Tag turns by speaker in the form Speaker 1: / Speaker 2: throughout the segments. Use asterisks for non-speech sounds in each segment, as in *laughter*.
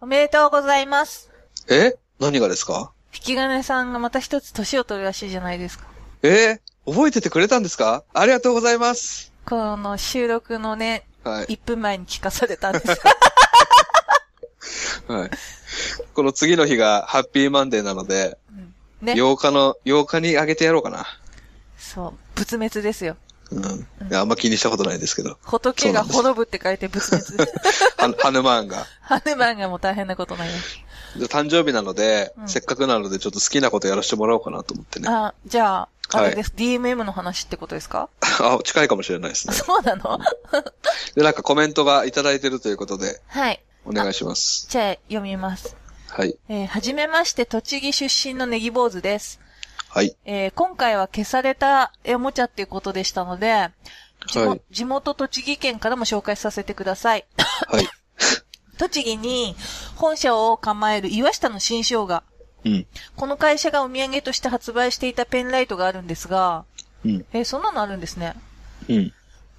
Speaker 1: おめでとうございます。
Speaker 2: え何がですか
Speaker 1: 引き金さんがまた一つ年を取るらしいじゃないですか。
Speaker 2: えー覚えててくれたんですかありがとうございます。
Speaker 1: この収録のね、
Speaker 2: はい。
Speaker 1: 1分前に聞かされたん
Speaker 2: *laughs*
Speaker 1: です。
Speaker 2: はい。この次の日がハッピーマンデーなので、
Speaker 1: うんね。
Speaker 2: 8日の、8日にあげてやろうかな。
Speaker 1: そう。仏滅ですよ。
Speaker 2: うん。いやあんま気にしたことないですけど。
Speaker 1: 仏が滅ぶって書いて仏滅
Speaker 2: *laughs*
Speaker 1: です。
Speaker 2: は、ハヌマーンが。
Speaker 1: ハヌマンがもう大変なこと
Speaker 2: *laughs*
Speaker 1: ない
Speaker 2: じゃあ誕生日なので、
Speaker 1: うん
Speaker 2: せっかくなのでちょっと好きなことやらせてもらおうかなと思ってね。 *laughs* あ
Speaker 1: あ、じゃあ、あ
Speaker 2: はい
Speaker 1: れです。DMM の話ってことですか *laughs*
Speaker 2: 近いかもしれないですね。
Speaker 1: そうなの
Speaker 2: で、なんかコメントがいただいてるということで、
Speaker 1: はい。
Speaker 2: お願いします。
Speaker 1: じゃあ、読みます。
Speaker 2: はい。
Speaker 1: えーはじめまして、栃木出身のネギ坊主です。
Speaker 2: はい。
Speaker 1: えー今回は消されたおもちゃっていうことでしたので、地も
Speaker 2: はい
Speaker 1: 地元栃木県からも紹介させてください。
Speaker 2: はい。
Speaker 1: 栃木に本社を構える岩下の新生姜。
Speaker 2: うん。
Speaker 1: この会社がお土産として発売していたペンライトがあるんですが、
Speaker 2: うん。
Speaker 1: えーそんなのあるんですね。
Speaker 2: うん。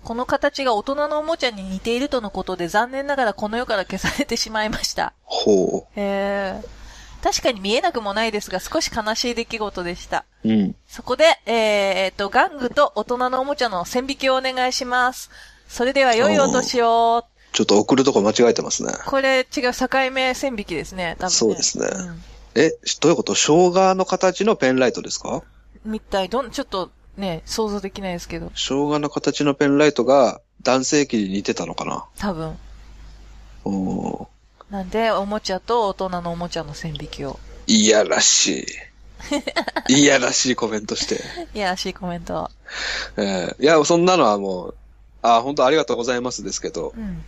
Speaker 1: この形が大人のおもちゃに似ているとのことで残念ながらこの世から消されてしまいました。
Speaker 2: ほ
Speaker 1: へー確かに見えなくもないですが少し悲しい出来事でした。
Speaker 2: う。うん。
Speaker 1: そこで、えー、っと、玩具と大人のおもちゃの線引きをお願いします。それでは良いお年を。
Speaker 2: ちょっと送るとこ間違えてますね。
Speaker 1: これ違う、境目線引きですね、多分、ね。
Speaker 2: そうですね
Speaker 1: ん
Speaker 2: え、どういうこと生姜の形のペンライトですか
Speaker 1: みたい、どん、ちょっとね、想像できないですけど、
Speaker 2: 生姜の形のペンライトが男性器に似てたのかな
Speaker 1: 多分。
Speaker 2: おー
Speaker 1: なんで、おもちゃと大人のおもちゃの線引きを。
Speaker 2: いやらしい。 *laughs* いやらしいコメントして。
Speaker 1: いやらしいコメントは。
Speaker 2: えーいや、そんなのはもう、あ、本当ありがとうございますですけど
Speaker 1: う、ん。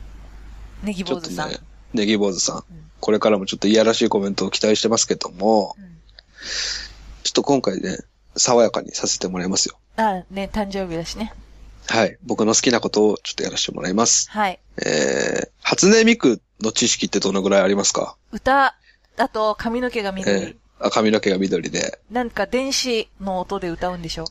Speaker 1: ネギ
Speaker 2: ちょ
Speaker 1: 坊
Speaker 2: っと
Speaker 1: 主さん。
Speaker 2: ね、ネギ坊主さん
Speaker 1: うん、
Speaker 2: これからもちょっといやらしいコメントを期待してますけども、ちょっと今回ね、爽やかにさせてもらいますよ。
Speaker 1: うん。あ、ね、誕生日だしね。
Speaker 2: はい。僕の好きなことをちょっとやらせてもらいます。
Speaker 1: はい。
Speaker 2: えー、初音ミクの知識ってどのぐらいありますか
Speaker 1: 歌、あと髪の毛が緑。
Speaker 2: えーあ、髪の毛が緑で。
Speaker 1: なんか電子の音で歌うんでしょ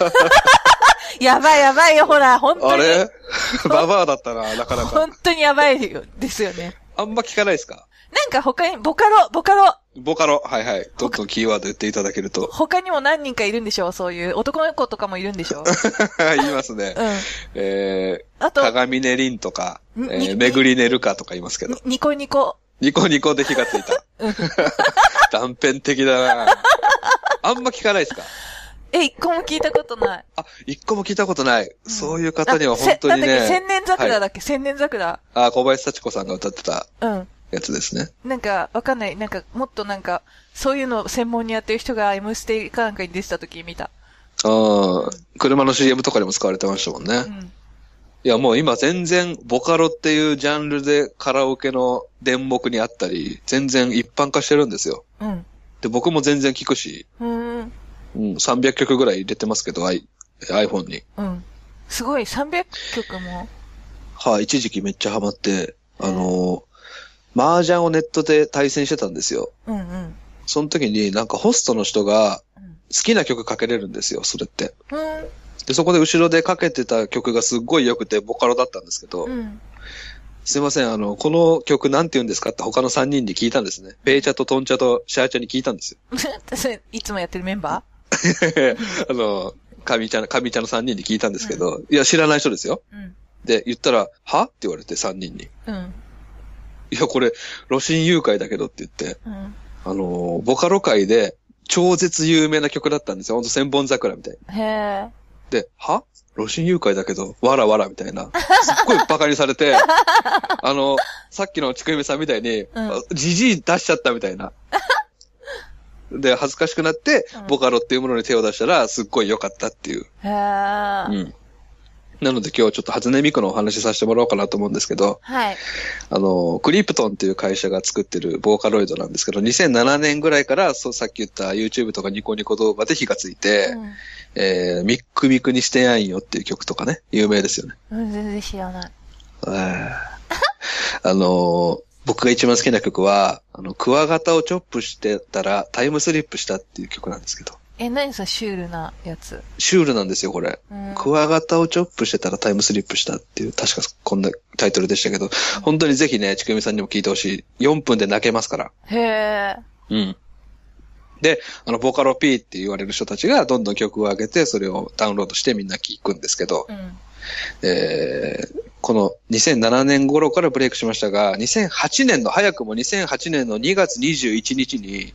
Speaker 1: *laughs* やばいやばいよ、ほら、本当
Speaker 2: あ
Speaker 1: に。
Speaker 2: れ *laughs* ババアだったな、なかなか。
Speaker 1: 本当にやばいよですよね。
Speaker 2: あんま聞かないですか
Speaker 1: なんか他に、ボカロ、ボカロ、
Speaker 2: ボカロ。はいはい。どんどんキーワード言っていただけると。
Speaker 1: 他にも何人かいるんでしょそういう、男の子とかもいるんで
Speaker 2: *laughs*
Speaker 1: しょ
Speaker 2: 言いますね
Speaker 1: う。ん。
Speaker 2: え
Speaker 1: あ
Speaker 2: ー、
Speaker 1: と、
Speaker 2: 鏡ねりんとか、え
Speaker 1: にに
Speaker 2: ー、めぐりねるかとか言いますけど
Speaker 1: に。ニコニコ。
Speaker 2: ニコニコで火がつい
Speaker 1: *laughs*
Speaker 2: た。断片的だな。あんま聞かないですか
Speaker 1: え、一個も聞いたことない。
Speaker 2: あ、一個も聞いたことない。そういう方には
Speaker 1: あせ
Speaker 2: 本当に
Speaker 1: なんだっけ千
Speaker 2: ね。
Speaker 1: 年桜
Speaker 2: は
Speaker 1: だっけ、千年桜。
Speaker 2: あ、小林幸子さんが歌ってた
Speaker 1: うん。
Speaker 2: やつですね。
Speaker 1: なんか、わかんない。なんか、もっとなんか、そういうのを専門にやってる人が M ステかなんかに出てた時見た。
Speaker 2: ああ、車の CM とかにも使われてましたもんね。
Speaker 1: うん。
Speaker 2: いや、もう今全然ボカロっていうジャンルでカラオケの電目にあったり、全然一般化してるんですよ。
Speaker 1: うん。
Speaker 2: で、僕も全然聞くし、
Speaker 1: うーん。
Speaker 2: うん、300曲ぐらい入れてますけど、I、iPhone に。
Speaker 1: うん。すごい、300曲も。
Speaker 2: はい、一時期めっちゃハマって、あのー、麻雀をネットで対戦してたんですよ。
Speaker 1: うんうん。
Speaker 2: その時になんかホストの人が
Speaker 1: うん
Speaker 2: 好きな曲かけれるんですよ、それって。
Speaker 1: うん。
Speaker 2: で、そこで後ろでかけてた曲がすっごい良くて、ボカロだったんですけど、
Speaker 1: うん。 *laughs*
Speaker 2: すいません、あの、この曲なんて言うんですかって他の3人に聞いたんですね。ペイチャとトンチャとシャーチャに聞いたんですよ。 *laughs*
Speaker 1: それいつもやってるメンバ
Speaker 2: あの、神ちゃん、神ちゃんの3人に聞いたんですけど、いや、知らない人ですよ。
Speaker 1: ーうん。
Speaker 2: で、言ったら、はって言われて3人に。
Speaker 1: うん。
Speaker 2: いや、これ、露心誘拐だけどって言って、
Speaker 1: うん。
Speaker 2: あの、ボカロ界で超絶有名な曲だったんですよ。ほんと千本桜みたいに。
Speaker 1: へえ。
Speaker 2: で、は露心誘拐だけど、わらわらみたいな。すっごいバカにさ
Speaker 1: *laughs*
Speaker 2: れて、あの、さっきのちくゆめさんみたいに
Speaker 1: ん、
Speaker 2: じじい出しちゃったみたいな。で、恥ずかしくなって
Speaker 1: うん、
Speaker 2: ボカロっていうものに手を出したら、すっごい良かったっていう。
Speaker 1: へえ。
Speaker 2: うんなので今日ちょっと初音ミクのお話しさせてもらおうかなと思うんですけど、
Speaker 1: はい。
Speaker 2: あの、クリプトンっていう会社が作ってるボーカロイドなんですけど、2007年ぐらいから、そうさっき言った YouTube とかニコニコ動画で火がついて、
Speaker 1: うん
Speaker 2: えー、ミックミクにしてやんよっていう曲とかね、有名ですよね。
Speaker 1: うん。全然知らない。
Speaker 2: あーあのー僕が一番好きな曲は、あの、クワガタをチョップしてたらタイムスリップしたっていう曲なんですけど。
Speaker 1: え、何そのシュールなやつ。
Speaker 2: シュールなんですよ、これ。
Speaker 1: うん
Speaker 2: クワガタをチョップしてたらタイムスリップしたっていう、確かこんなタイトルでしたけど、本当にぜひね、ちくみさんにも聞いてほしい。4分で泣けますから。
Speaker 1: へえ。
Speaker 2: うん。で、あの、ボカロ P って言われる人たちがどんどん曲を上げて、それをダウンロードしてみんな聴くんですけど、
Speaker 1: うん。
Speaker 2: えーこの2007年頃からブレイクしましたが、2008年の、早くも2008年の2月21日に、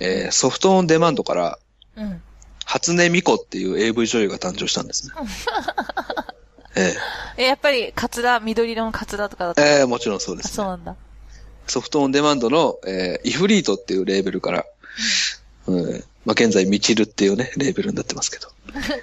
Speaker 2: えーソフトオンデマンドから、
Speaker 1: うん。
Speaker 2: 初音ミコっていう AV 女優が誕生したんですね。え
Speaker 1: え、やっぱり、カツラ、緑色のカツラとかだっ
Speaker 2: え
Speaker 1: た。
Speaker 2: ええもちろんそうで
Speaker 1: あ
Speaker 2: す、
Speaker 1: そう
Speaker 2: ね。
Speaker 1: なんだ。 *laughs*
Speaker 2: ソフトオンデマンドの、えーイフリートっていうレーベルから、うんまあ、現在、ミチルっていうね、レーベルになってますけど。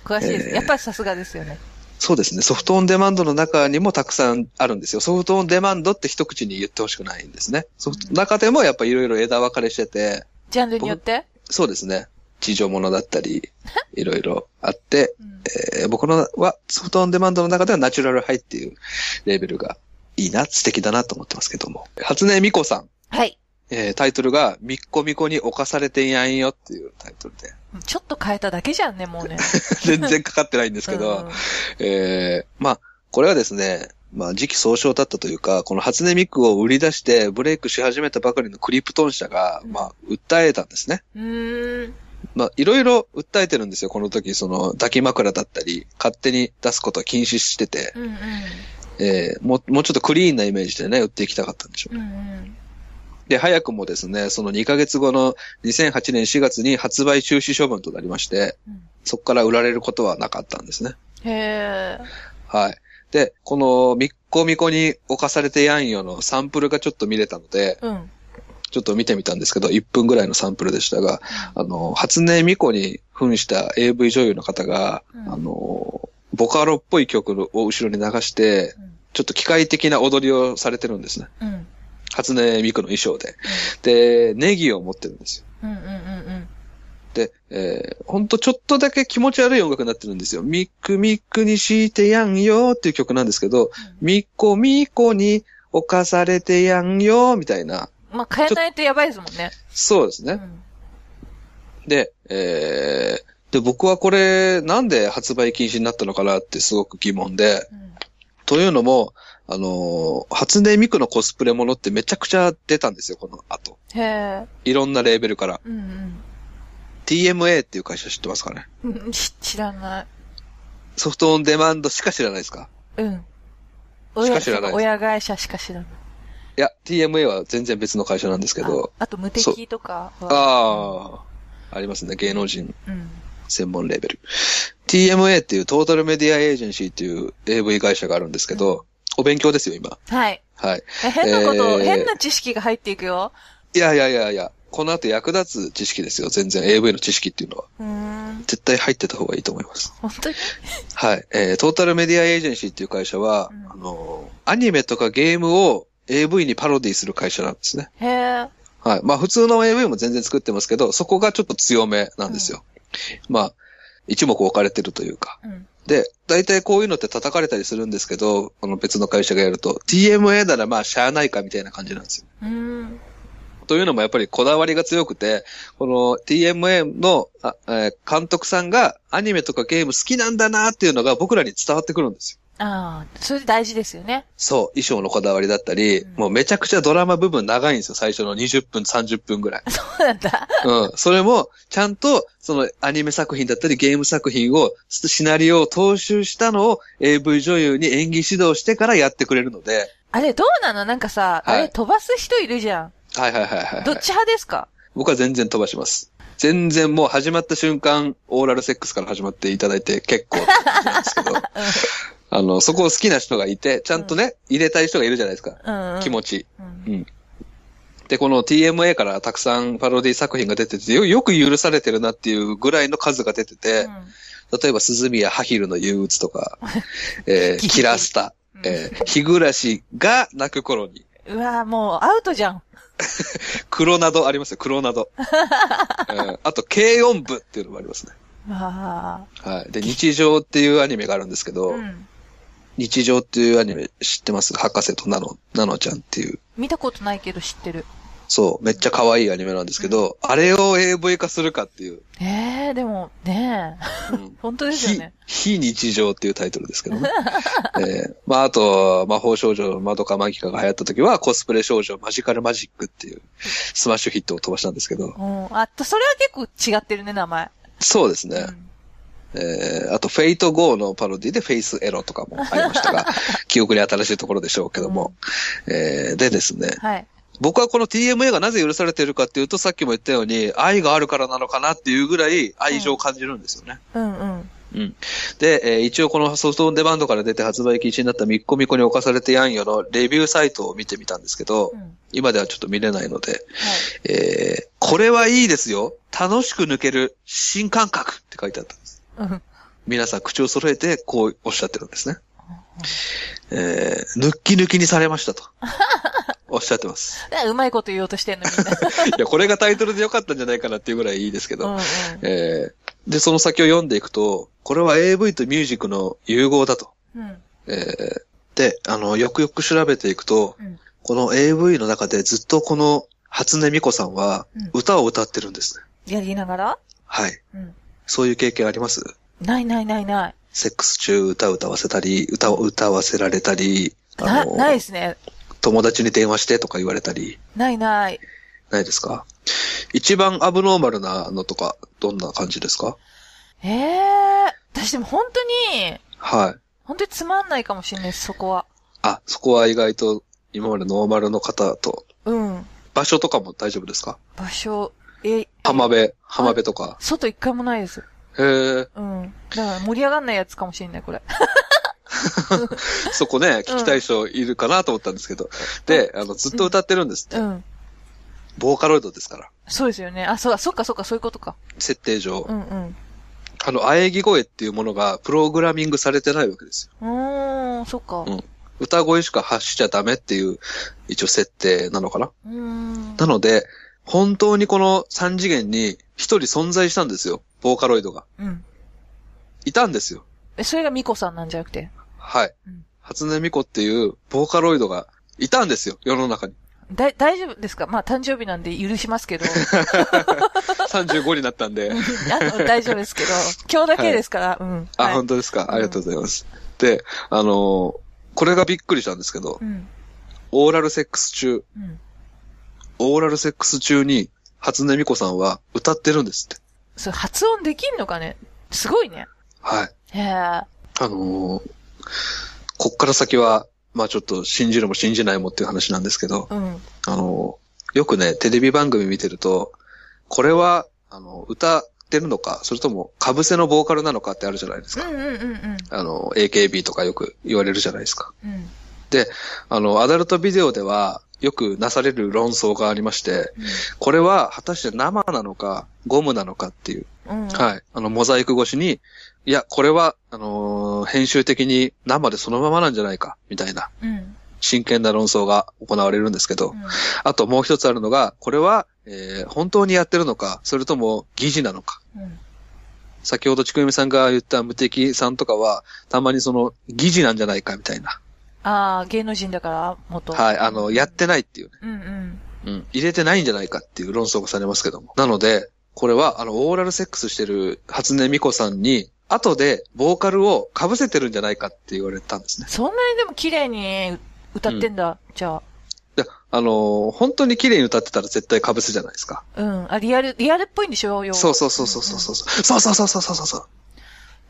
Speaker 1: 詳しいです。
Speaker 2: ええ
Speaker 1: やっぱりさすがですよね。
Speaker 2: そうですね。ソフトオンデマンドの中にもたくさんあるんですよ。ソフトオンデマンドって一口に言ってほしくないんですね。ソフト中でもやっぱいろいろ枝分かれしてて、
Speaker 1: ジャンルによって
Speaker 2: そうですね。地上物だっ
Speaker 1: *laughs*
Speaker 2: たり、いろいろあって、
Speaker 1: うん
Speaker 2: えー僕のはソフトオンデマンドの中ではナチュラルハイっていうレーベルがいいな、素敵だなと思ってますけども。初音ミコさん、
Speaker 1: はい。
Speaker 2: えータイトルがミッコミコに侵されていやんよっていうタイトル
Speaker 1: *laughs*
Speaker 2: で。
Speaker 1: ちょっと変えただけじゃんね、もうね。
Speaker 2: 全然かかってないんですけど、ええまあ、これはですね、まあ、時期尚早だったというか、この初音ミクを売り出してブレイクし始めたばかりのクリプトン社が、まあ、訴えたんですね。
Speaker 1: うん。うーん。
Speaker 2: まあ、いろいろ訴えてるんですよ、この時、その、抱き枕だったり、勝手に出すことは禁止してて、
Speaker 1: うんうん。
Speaker 2: ええもう、もうちょっとクリーンなイメージでね、売っていきたかったんでしょう
Speaker 1: うんうん。
Speaker 2: で、早くもですね、その2ヶ月後の2008年4月に発売中止処分となりまして、
Speaker 1: うん
Speaker 2: そこから売られることはなかったんですね。
Speaker 1: へえ。
Speaker 2: はい。で、この、みっこみこに侵されてやんよのサンプルがちょっと見れたので、
Speaker 1: うん。
Speaker 2: ちょっと見てみたんですけど、1分ぐらいのサンプルでしたが、あの、初音ミコに扮した AV 女優の方が、
Speaker 1: うん
Speaker 2: あの、ボカロっぽい曲を後ろに流して、ちょっと機械的な踊りをされてるんですね。
Speaker 1: うん。うん。
Speaker 2: 初音ミコの衣装で。で、ネギを持ってるんですよ。
Speaker 1: うんうんうん
Speaker 2: で、えー、ほんとちょっとだけ気持ち悪い音楽になってるんですよ。ミックミックにしてやんよっていう曲なんですけど、ミッコミコに侵されてやんよみたいな。
Speaker 1: うん。まあ、変えないとやばいですもんね。
Speaker 2: そうです
Speaker 1: う
Speaker 2: ね。
Speaker 1: ん。
Speaker 2: で、えー、で、僕はこれ、なんで発売禁止になったのかなってすごく疑問で、
Speaker 1: うん
Speaker 2: というのも、あのー初音ミクのコスプレものってめちゃくちゃ出たんですよ、この後。
Speaker 1: へえ。
Speaker 2: いろんなレーベルから。
Speaker 1: うん
Speaker 2: TMA っていう会社知ってますかね
Speaker 1: うんうん。 *laughs* し知らない。
Speaker 2: ソフトオンデマンドしか知らないですか
Speaker 1: うん。
Speaker 2: し
Speaker 1: 親
Speaker 2: か知らないです
Speaker 1: 親会社しか知らない。
Speaker 2: いや、TMA は全然別の会社なんですけど、
Speaker 1: ああと、無敵とかは。あ
Speaker 2: ああー、ありますね、芸能人
Speaker 1: あ。うん。
Speaker 2: 専門レーベル。TMA っていうトータルメディアエージェンシーっていう AV 会社があるんですけど、お勉強ですよ、今。
Speaker 1: はい。
Speaker 2: はい。
Speaker 1: え変なこと、
Speaker 2: えー
Speaker 1: 変な知識が入っていくよ。
Speaker 2: いやいやいやいや、この後役立つ知識ですよ、全然 AV の知識っていうのは。
Speaker 1: うーん。
Speaker 2: 絶対入ってた方がいいと思います。
Speaker 1: 本当に
Speaker 2: はい。えー、トータルメディアエージェンシーっていう会社は、
Speaker 1: うん
Speaker 2: あのー、アニメとかゲームを AV にパロディする会社なんですね。
Speaker 1: へえ。
Speaker 2: はい。まあ普通の AV も全然作ってますけど、そこがちょっと強めなんですよ。まあ、一目置かれてるというか。
Speaker 1: うん。
Speaker 2: で、大体こういうのって叩かれたりするんですけど、この別の会社がやると、TMA ならまあ、しゃあないかみたいな感じなんですよ。
Speaker 1: うーん。
Speaker 2: というのもやっぱりこだわりが強くて、この TMA の、あえー監督さんがアニメとかゲーム好きなんだなっていうのが僕らに伝わってくるんですよ。
Speaker 1: ああ、それ大事ですよね。 *laughs*
Speaker 2: そう、衣装のこだわりだったり、
Speaker 1: うん
Speaker 2: もうめちゃくちゃドラマ部分長いんですよ、最初の20分、30分ぐらい。
Speaker 1: そうなんだ。
Speaker 2: うん。それも、ちゃんと、そのアニメ作品だったりゲーム作品を、シナリオを踏襲したのを AV 女優に演技指導してからやってくれるので、
Speaker 1: あれ、どうなのなんかさ、
Speaker 2: はい
Speaker 1: あれ、飛ばす人いるじゃん。
Speaker 2: はいはいはいはい、
Speaker 1: ど
Speaker 2: は
Speaker 1: っ
Speaker 2: い。
Speaker 1: ち派ですか
Speaker 2: 僕は全然飛ばします。全然もう始まった瞬間、オーラルセックスから始まっていただいて結構って感じなんです
Speaker 1: *laughs*
Speaker 2: けど、あの、そこを好きな人がいて、ちゃんとね、入れたい人がいるじゃないですか。
Speaker 1: うん。うん
Speaker 2: 気持ち。
Speaker 1: うん
Speaker 2: で、この TMA からたくさんパロディ作品が出てて、よよく許されてるなっていうぐらいの数が出てて、例えば、鈴宮ハヒルの憂鬱
Speaker 1: *laughs*
Speaker 2: とか、えーキラスタ、
Speaker 1: うん
Speaker 2: えー日暮らしが泣く頃に、
Speaker 1: うんうわーもうアウトじゃん。
Speaker 2: 黒などありますよ、黒
Speaker 1: *laughs*
Speaker 2: など。うんあと、軽音部っていうのもありますね。
Speaker 1: わ
Speaker 2: はい。で、日常っていうアニメがあるんですけ
Speaker 1: あ。
Speaker 2: ど、
Speaker 1: うん。
Speaker 2: 日常っていうアニメ知ってます博士とナノ、ナノちゃんっていう。
Speaker 1: 見たことないけど知ってる。
Speaker 2: そう、めっちゃ可愛いアニメなんですけど、あれを AV 化するかっていう。
Speaker 1: えええ、でも、ねえ。
Speaker 2: うん
Speaker 1: *laughs* 本当ですよ
Speaker 2: 非
Speaker 1: ね。、
Speaker 2: 非日常っていうタイトルですけ
Speaker 1: *laughs*
Speaker 2: どね。えーまあ、あと、魔法少女マドカマギカが流行った時は、コスプレ少女マジカルマジックっていうスマッシュヒットを飛ばしたんですけど、
Speaker 1: うん。あ、それは結構違ってるね、名前。
Speaker 2: そうです
Speaker 1: う
Speaker 2: ね。
Speaker 1: ん
Speaker 2: えーあと、フェイト GO のパロディでフェイスエロとかもあり
Speaker 1: *laughs*
Speaker 2: ましたが、記憶に新しいところでしょうけども。えーでですね、
Speaker 1: はい。
Speaker 2: 僕はこの TMA がなぜ許されているかっていうと、さっきも言ったように、愛があるからなのかなっていうぐらい愛情を感じるんですよね。
Speaker 1: うんうん。
Speaker 2: うん。で、えー一応このソフトオンデマンドから出て発売禁止になったミッコミコに侵されてやんよのレビューサイトを見てみたんですけど、
Speaker 1: うん
Speaker 2: 今ではちょっと見れないので、
Speaker 1: はい
Speaker 2: えーこれはいいですよ。楽しく抜ける新感覚って書いてあったんです。
Speaker 1: うん。
Speaker 2: 皆さん口を揃えてこうおっしゃってるんですね。えー、抜き抜きにされま
Speaker 1: *laughs*
Speaker 2: したと。おっしゃってます。
Speaker 1: ねうまいこと言おうとしてんの、みん
Speaker 2: *laughs*
Speaker 1: な。
Speaker 2: いや、これがタイトルでよかったんじゃないかなっていうぐらいいいですけど。
Speaker 1: うんうん。
Speaker 2: えーで、その先を読んでいくと、これは AV とミュージックの融合だと。
Speaker 1: うん。
Speaker 2: えーで、あの、よくよく調べていくと、
Speaker 1: うん
Speaker 2: この AV の中でずっとこの初音ミコさんは
Speaker 1: うん
Speaker 2: 歌を歌ってるんですね。
Speaker 1: やりながら
Speaker 2: はい。
Speaker 1: うん。
Speaker 2: そういう経験あります
Speaker 1: ないないないない。
Speaker 2: セックス中歌を歌わせたり、歌を歌わせられたり、
Speaker 1: な、
Speaker 2: の
Speaker 1: ないですね。
Speaker 2: 友達に電話してとか言われたり、
Speaker 1: ないない。
Speaker 2: ないですか一番アブノーマルなのとか、どんな感じですか
Speaker 1: ええー。私でも本当に、
Speaker 2: はい。
Speaker 1: 本当につまんないかもしれないです、そこは。
Speaker 2: あ、そこは意外と今までノーマルの方と、
Speaker 1: うん。
Speaker 2: 場所とかも大丈夫ですか
Speaker 1: 場所、え、
Speaker 2: 浜辺、浜辺とか。
Speaker 1: 外一回もないです。
Speaker 2: へー。
Speaker 1: うん。だから盛り上がんないやつかもしれない、これ。
Speaker 2: そこね、聞きたい人いるかなと思ったんですけど。で、あの、ずっと歌ってるんですって。
Speaker 1: うん。
Speaker 2: ボーカロイドですから。
Speaker 1: そうですよね。あ、そう、そっかそっか、そういうことか。
Speaker 2: 設定上
Speaker 1: う。んうん。
Speaker 2: あの、喘ぎ声っていうものがプログラミングされてないわけですよ。
Speaker 1: うーん、そっか。
Speaker 2: うん歌声しか発しちゃダメっていう、一応設定なのかな。
Speaker 1: うーん。
Speaker 2: なので、本当にこの三次元に一人存在したんですよ。ボーカロイドが。
Speaker 1: うん。
Speaker 2: いたんですよ。
Speaker 1: え、それがミコさんなんじゃなくて。
Speaker 2: はい
Speaker 1: うん。
Speaker 2: 初音ミコっていうボーカロイドがいたんですよ。世の中に。
Speaker 1: だ、大丈夫ですかまあ、誕生日なんで許しますけ *laughs* ど。
Speaker 2: 35になったんで。
Speaker 1: あの、大丈夫ですけど。今日だけですから。うん。
Speaker 2: あ、
Speaker 1: はい
Speaker 2: 本当です
Speaker 1: ん
Speaker 2: か。ありがとうございます。で、あのーこれがびっくりしたんですけど、
Speaker 1: うん。
Speaker 2: オーラルセックス中、
Speaker 1: うん。
Speaker 2: オーラルセックス中に、初音ミコさんは歌ってるんですって。
Speaker 1: それ発音できんのかねすごいね。
Speaker 2: はい。
Speaker 1: へえ。
Speaker 2: あのーこっから先は、まあちょっと信じるも信じないもっていう話なんですけど、
Speaker 1: うん。
Speaker 2: あのーよくね、テレビ番組見てると、これは、あの、歌ってるのか、それとも、かぶせのボーカルなのかってあるじゃないです
Speaker 1: うん
Speaker 2: か。
Speaker 1: うんうんうん。
Speaker 2: あの、AKB とかよく言われるじゃないですか。
Speaker 1: うん。
Speaker 2: あの、アダルトビデオでは、よくなされる論争がありまして、これは果たして生なのか、ゴムなのかっていう。
Speaker 1: うん。い。
Speaker 2: はい。あの、モザイク越しに、いや、これは、あのー編集的に生でそのままなんじゃないか、みたいな、
Speaker 1: うん。
Speaker 2: 真剣な論争が行われるんですけど
Speaker 1: う、ん
Speaker 2: あともう一つあるのが、これは、えー本当にやってるのか、それとも疑似なのか。
Speaker 1: うん。
Speaker 2: 先ほどちくゆみさんが言った無敵さんとかは、たまにその、疑似なんじゃないか、みたいな。
Speaker 1: ああ、芸能人だから、元。
Speaker 2: はい。あの、やってないっていう。
Speaker 1: うんうん。
Speaker 2: うん、入れてないんじゃないかっていう論争がされますけども。なので、これは、あの、オーラルセックスしてる初音ミコさんに、後で、ボーカルを被せてるんじゃないかって言われたんですね。
Speaker 1: そんなにでも綺麗に歌ってんだ、じゃ
Speaker 2: であのー本当に綺麗に歌ってたら絶対被せじゃないですか。
Speaker 1: あ。うん。あ、リアル、リアルっぽいんでしょよ。
Speaker 2: そうそうそうそうそうそう。そうそうそうそうそうそうそう。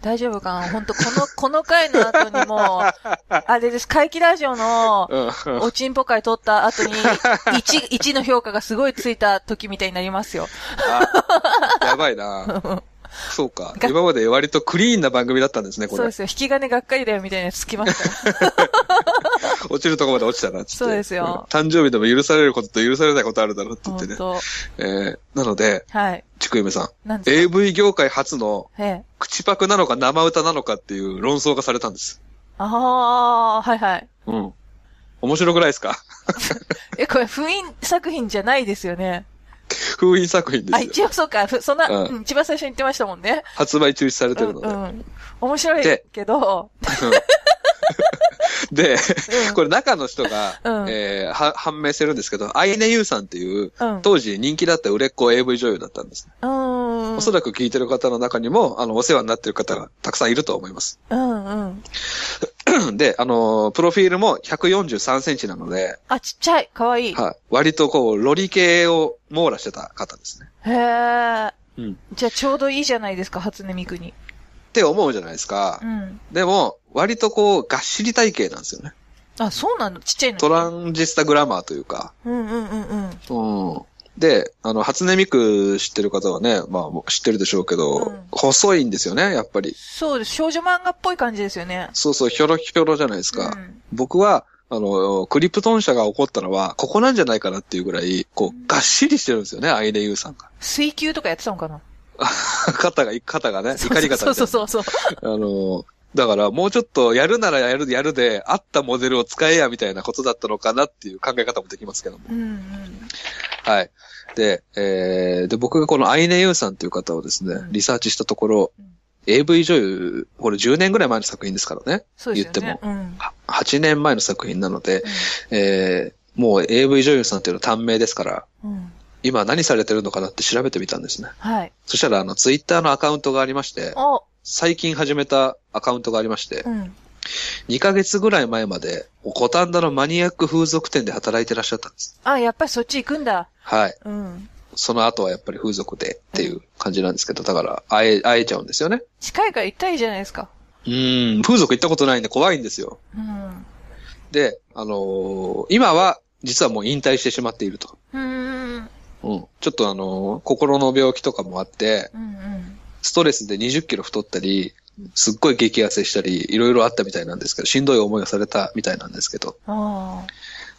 Speaker 1: 大丈夫かな本当この、 *laughs* この回の後にもう、あれです、怪奇ラジオの、
Speaker 2: うん、
Speaker 1: おちんぽ会取った後に、1、1の *laughs* 評価がすごいついた時みたいになります
Speaker 2: *laughs*
Speaker 1: よ。
Speaker 2: あやばいなそうか。
Speaker 1: が
Speaker 2: 今まで割とクリーンな番組だったんですね、こ
Speaker 1: そう
Speaker 2: れ
Speaker 1: で。すよ。引き金がっかりだよみたいなやつつきました。
Speaker 2: 落ちるとこまで落ちたな、つって。
Speaker 1: そうですよ
Speaker 2: うん。誕生日でも許されることと許されないことあるだろうって言って
Speaker 1: 本
Speaker 2: ね。
Speaker 1: 当
Speaker 2: えー、なので、
Speaker 1: はい。
Speaker 2: ちくゆめさん。
Speaker 1: なんですか
Speaker 2: AV 業界初の
Speaker 1: ええ。
Speaker 2: 口パクなのか生歌なのかっていう論争がされたんです。
Speaker 1: ああー、はいはい。
Speaker 2: うん。面白くないですか *laughs*
Speaker 1: え、これ、封印作品じゃないですよね。
Speaker 2: 封印作品で
Speaker 1: あ、
Speaker 2: すよ。
Speaker 1: 一応そうか。ふそんな、
Speaker 2: うん
Speaker 1: うん一番最初に言ってましたもんね。
Speaker 2: 発売中止されて
Speaker 1: う
Speaker 2: る
Speaker 1: ん、
Speaker 2: ので。
Speaker 1: うん。面白い
Speaker 2: で
Speaker 1: けど、
Speaker 2: で、
Speaker 1: うん
Speaker 2: これ中の人が、
Speaker 1: うん
Speaker 2: えーは判明してるんですけど、アイネユーさんっていう、
Speaker 1: うん
Speaker 2: 当時人気だった売れっ子 AV 女優だったんですね。
Speaker 1: うーん。
Speaker 2: おそらく聞いてる方の中にも、あの、お世話になってる方がたくさんいると思います。 *laughs*
Speaker 1: うんうん。
Speaker 2: で、あの、プロフィールも143センチなので、
Speaker 1: あ、ちっちゃい。かわいい。
Speaker 2: はい。割とこう、ロリ系を網羅してた方ですね。
Speaker 1: へえ。
Speaker 2: うん。
Speaker 1: じゃあちょうどいいじゃないですか、初音ミクに。
Speaker 2: って思うじゃないですか
Speaker 1: う。ん。
Speaker 2: でも、割とこう、がっしり体型なんですよね。
Speaker 1: あ、そうなのちっちゃいの
Speaker 2: トランジスタグラマーというか。
Speaker 1: うんうんうんうん。
Speaker 2: うん。で、あの、初音ミク知ってる方はね、まあ、もう知ってるでしょうけど、
Speaker 1: うん
Speaker 2: 細いんですよね、やっぱり。
Speaker 1: そうです。少女漫画っぽい感じですよね。
Speaker 2: そうそう、ひょろひょろじゃないですか。
Speaker 1: うん
Speaker 2: 僕は、あの、クリプトン社が起こったのは、ここなんじゃないかなっていうぐらい、こう、がっしりしてるんですよね、アイレイユーさんが。 *laughs*
Speaker 1: 水球とかやってたのかな
Speaker 2: 肩が、肩がね、怒り方
Speaker 1: そうそうそうそう。
Speaker 2: あの、だから、もうちょっと、やるならやるで、やるで、あったモデルを使えや、みたいなことだったのかなっていう考え方もできますけども。
Speaker 1: うんうん。
Speaker 2: はい。で、えー、で、僕がこのアイネユーさんという方をですね、
Speaker 1: うん
Speaker 2: リサーチしたところ、
Speaker 1: うん
Speaker 2: AV 女優、これ10年ぐらい前の作品ですからね。
Speaker 1: そうですよね。
Speaker 2: 言って
Speaker 1: も。うん。
Speaker 2: は8年前の作品なので、えー、もう AV 女優さんっていうのは短命ですから、
Speaker 1: うんうん。
Speaker 2: 今何されてるのかなって調べてみたんですね。
Speaker 1: はい。
Speaker 2: そしたら、あの、ツイッターのアカウントがありまして、
Speaker 1: お、
Speaker 2: 最近始めたアカウントがありまして
Speaker 1: う、ん。
Speaker 2: 2ヶ月ぐらい前まで、五反田のマニアック風俗店で働いてらっしゃったんです。
Speaker 1: あ、やっぱりそっち行くんだ。
Speaker 2: はい。
Speaker 1: うん。
Speaker 2: その後はやっぱり風俗でっていう感じなんですけど、だから、会え、会えちゃうんですよね。
Speaker 1: 近いから行ったらいいじゃないですか。
Speaker 2: うん、風俗行ったことないんで怖いんですよ。
Speaker 1: うん。
Speaker 2: で、あのー今は、実はもう引退してしまっていると。
Speaker 1: うーん。
Speaker 2: うん。ちょっとあのー心の病気とかもあって、
Speaker 1: うんうん。
Speaker 2: ストレスで20キロ太ったり、すっごい激痩せしたり、いろいろあったみたいなんですけど、しんどい思いをされたみたいなんですけど、
Speaker 1: あ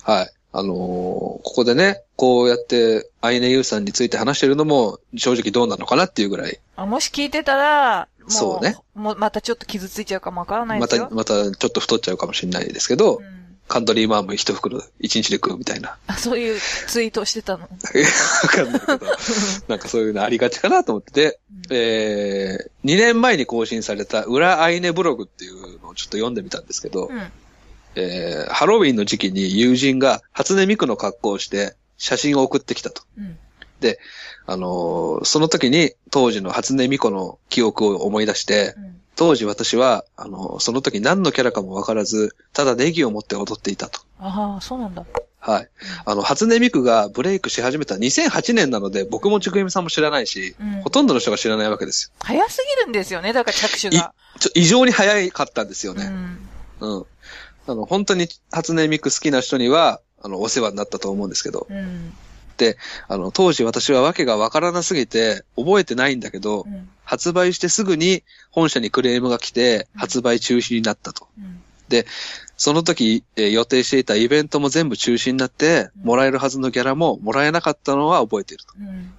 Speaker 1: あ。
Speaker 2: はい。あのーここでね、こうやって、アイネユーさんについて話してるのも、正直どうなのかなっていうぐらい、
Speaker 1: あ、もし聞いてたら、もう、
Speaker 2: そうね
Speaker 1: もうまたちょっと傷ついちゃうかもわからないで
Speaker 2: ますた、
Speaker 1: よ。
Speaker 2: またちょっと太っちゃうかもしれないですけど、
Speaker 1: うん、
Speaker 2: カントリーマーム一袋一日で食うみたいな。 *laughs*
Speaker 1: あそういうツイートをしてたの。
Speaker 2: いやわかんないけど、なんかそういうのありがちかなと思ってて、
Speaker 1: うん
Speaker 2: えー、2年前に更新された裏アイネブログっていうのをちょっと読んでみたんですけど、
Speaker 1: うん。
Speaker 2: えー、ハロウィンの時期に友人が初音ミクの格好をして写真を送ってきたと。
Speaker 1: うん。
Speaker 2: あのーその時に当時の初音ミクの記憶を思い出して
Speaker 1: う、ん。
Speaker 2: 当時私は、あのーその時何のキャラかもわからず、ただネギを持って踊っていたと。
Speaker 1: ああ、そうなんだ。
Speaker 2: はい。あの、初音ミクがブレイクし始めた2008年なので、僕もちくゆみさんも知らないし、
Speaker 1: うん
Speaker 2: ほ。とんどの人が知らないわけです
Speaker 1: 早すぎるんですよね、だから着手が。
Speaker 2: よ。ちょ異常に早かったんですよ
Speaker 1: う
Speaker 2: ね。
Speaker 1: ん。
Speaker 2: うん。あの、本当に初音ミク好きな人には、あの、お世話になったと思うんですけど、
Speaker 1: うん。
Speaker 2: あの、当時私は訳がわからなすぎて、覚えてないんだけど
Speaker 1: う、ん。
Speaker 2: 発売してすぐに本社にクレームが来て、
Speaker 1: うん
Speaker 2: 発売中止になったと。
Speaker 1: うん。
Speaker 2: その時、えー予定していたイベントも全部中止になって、
Speaker 1: うん
Speaker 2: もらえるはずのギャラももらえなかったのは覚えていると。
Speaker 1: うん。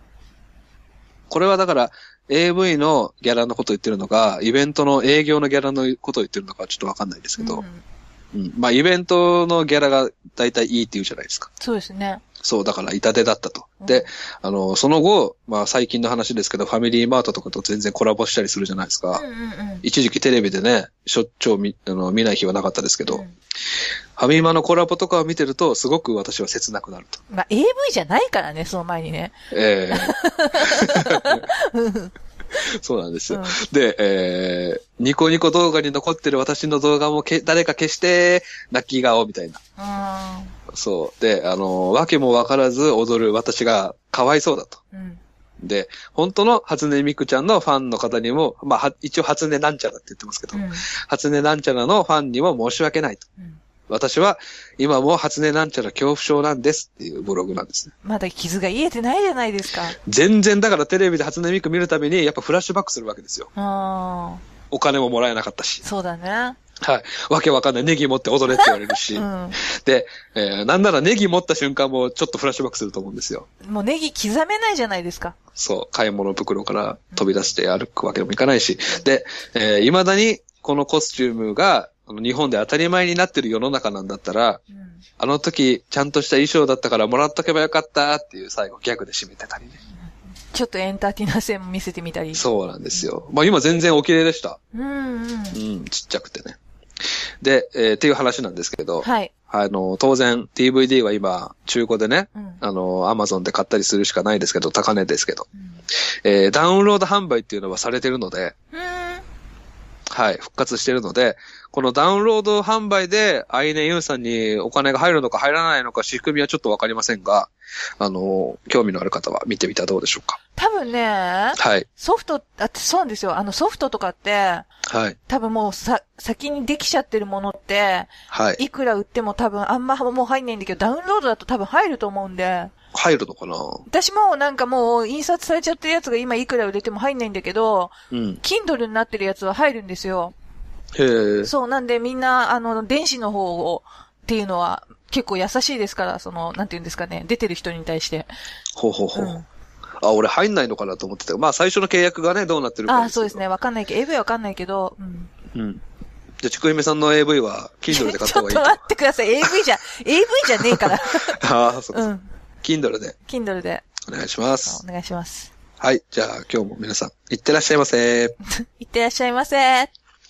Speaker 2: これはだから、AV のギャラのことを言ってるのか、イベントの営業のギャラのことを言ってるのかはちょっとわかんないですけど、うんまあ、イベントのギャラが大体いいって言うじゃないですか。
Speaker 1: そうですね。
Speaker 2: そう、だから痛手だったと。
Speaker 1: うん
Speaker 2: で、あの、その後、まあ、最近の話ですけど、ファミリーマートとかと全然コラボしたりするじゃないですか。
Speaker 1: うんうんうん。
Speaker 2: 一時期テレビでね、しょっちゅう見あの見ない日はなかったですけど、
Speaker 1: うん
Speaker 2: ファミマのコラボとかを見てると、すごく私は切なくなると。
Speaker 1: まあ、AV じゃないからね、その前にね。
Speaker 2: ええ *laughs* そうなんですよ。
Speaker 1: うん
Speaker 2: で、えー、ニコニコ動画に残ってる私の動画もけ誰か消して、泣き顔みたいな。
Speaker 1: あ
Speaker 2: そう。で、あの、わけもわからず踊る私がかわいそうだと。
Speaker 1: ーうん。
Speaker 2: で、本当の初音ミクちゃんのファンの方にも、まあ、は一応初音なんちゃらって言ってますけど、
Speaker 1: うん。
Speaker 2: 初音なんちゃらのファンにも申し訳ないと。
Speaker 1: うん。
Speaker 2: 私は今も初音なんちゃら恐怖症なんですっていうブログなんですね。
Speaker 1: まだ傷が癒えてないじゃないですか。
Speaker 2: 全然だからテレビで初音ミク見るたびにやっぱフラッシュバックするわけですよ。
Speaker 1: ああ、
Speaker 2: お金ももらえなかったし。
Speaker 1: そうだね。
Speaker 2: はい。わけわかんない。ネギ持って踊れって言われ
Speaker 1: *laughs*
Speaker 2: るし。
Speaker 1: うん。
Speaker 2: で、えーなんならネギ持った瞬間もちょっとフラッシュバックすると思うんですよ。
Speaker 1: もうネギ刻めないじゃないですか。
Speaker 2: そう、買い物袋から飛び出して歩くわけにもいかないし。で、えー未だにこのコスチュームがあの日本で当たり前になってる世の中なんだったら、
Speaker 1: うん。
Speaker 2: あの時ちゃんとした衣装だったからもらっとけばよかったっていう最後ギャグで締めてたりね。
Speaker 1: ちょっとエンターテイナー性も見せてみたり。
Speaker 2: そうなんですよ。まあ今全然お綺麗でした。
Speaker 1: う。うんうん。
Speaker 2: うん、ちっちゃくてね。で、えーっていう話なんですけど、
Speaker 1: はい。
Speaker 2: あの、当然 DVD は今中古でね、
Speaker 1: うん。
Speaker 2: あの、アマゾンで買ったりするしかないですけど、高値ですけど。
Speaker 1: うん
Speaker 2: えーダウンロード販売っていうのはされてるので、
Speaker 1: うーん。
Speaker 2: はい、復活してるので、このダウンロード販売で、アイネユンさんにお金が入るのか入らないのか、仕組みはちょっとわかりませんが、あの、興味のある方は見てみたらどうでしょうか。
Speaker 1: 多分ね、
Speaker 2: はい、
Speaker 1: ソフト、あ、そうなんですよ。あのソフトとかって、
Speaker 2: はい、
Speaker 1: 多分もうさ、先にできちゃってるものって、
Speaker 2: はい。
Speaker 1: いくら売っても多分あんまもう入んないんだけど、ダウンロードだと多分入ると思うんで、
Speaker 2: 入るのかな
Speaker 1: 私もなんかもう印刷されちゃってるやつが今いくら売れても入んないんだけど、
Speaker 2: うん。
Speaker 1: Kindle になってるやつは入るんですよ。
Speaker 2: へえ。
Speaker 1: そう、なんでみんな、あの、電子の方を、っていうのは結構優しいですから、その、なんていうんですかね、出てる人に対して。
Speaker 2: ほうほう
Speaker 1: う
Speaker 2: ほう。
Speaker 1: ん。
Speaker 2: あ、俺入んないのかなと思ってた。まあ、最初の契約がね、どうなってるか。
Speaker 1: ああ、そうですね。。わかんないけど、AV わかんないけど、うん。
Speaker 2: うん。じゃあ、ちくゆめさんの AV は、
Speaker 1: *laughs* ちょ
Speaker 2: Kindle で買っ
Speaker 1: ったと
Speaker 2: 方がいいと。
Speaker 1: 待ってください。AV じゃ、AV じゃねえから。
Speaker 2: ああ、 *laughs* そう
Speaker 1: う
Speaker 2: か。
Speaker 1: ん。
Speaker 2: Kindle で
Speaker 1: Kindle で、
Speaker 2: お願いします
Speaker 1: お。願いします。
Speaker 2: はい。じゃあ、今日も皆さん、いってらっしゃいませ。
Speaker 1: いってらっしゃいませ。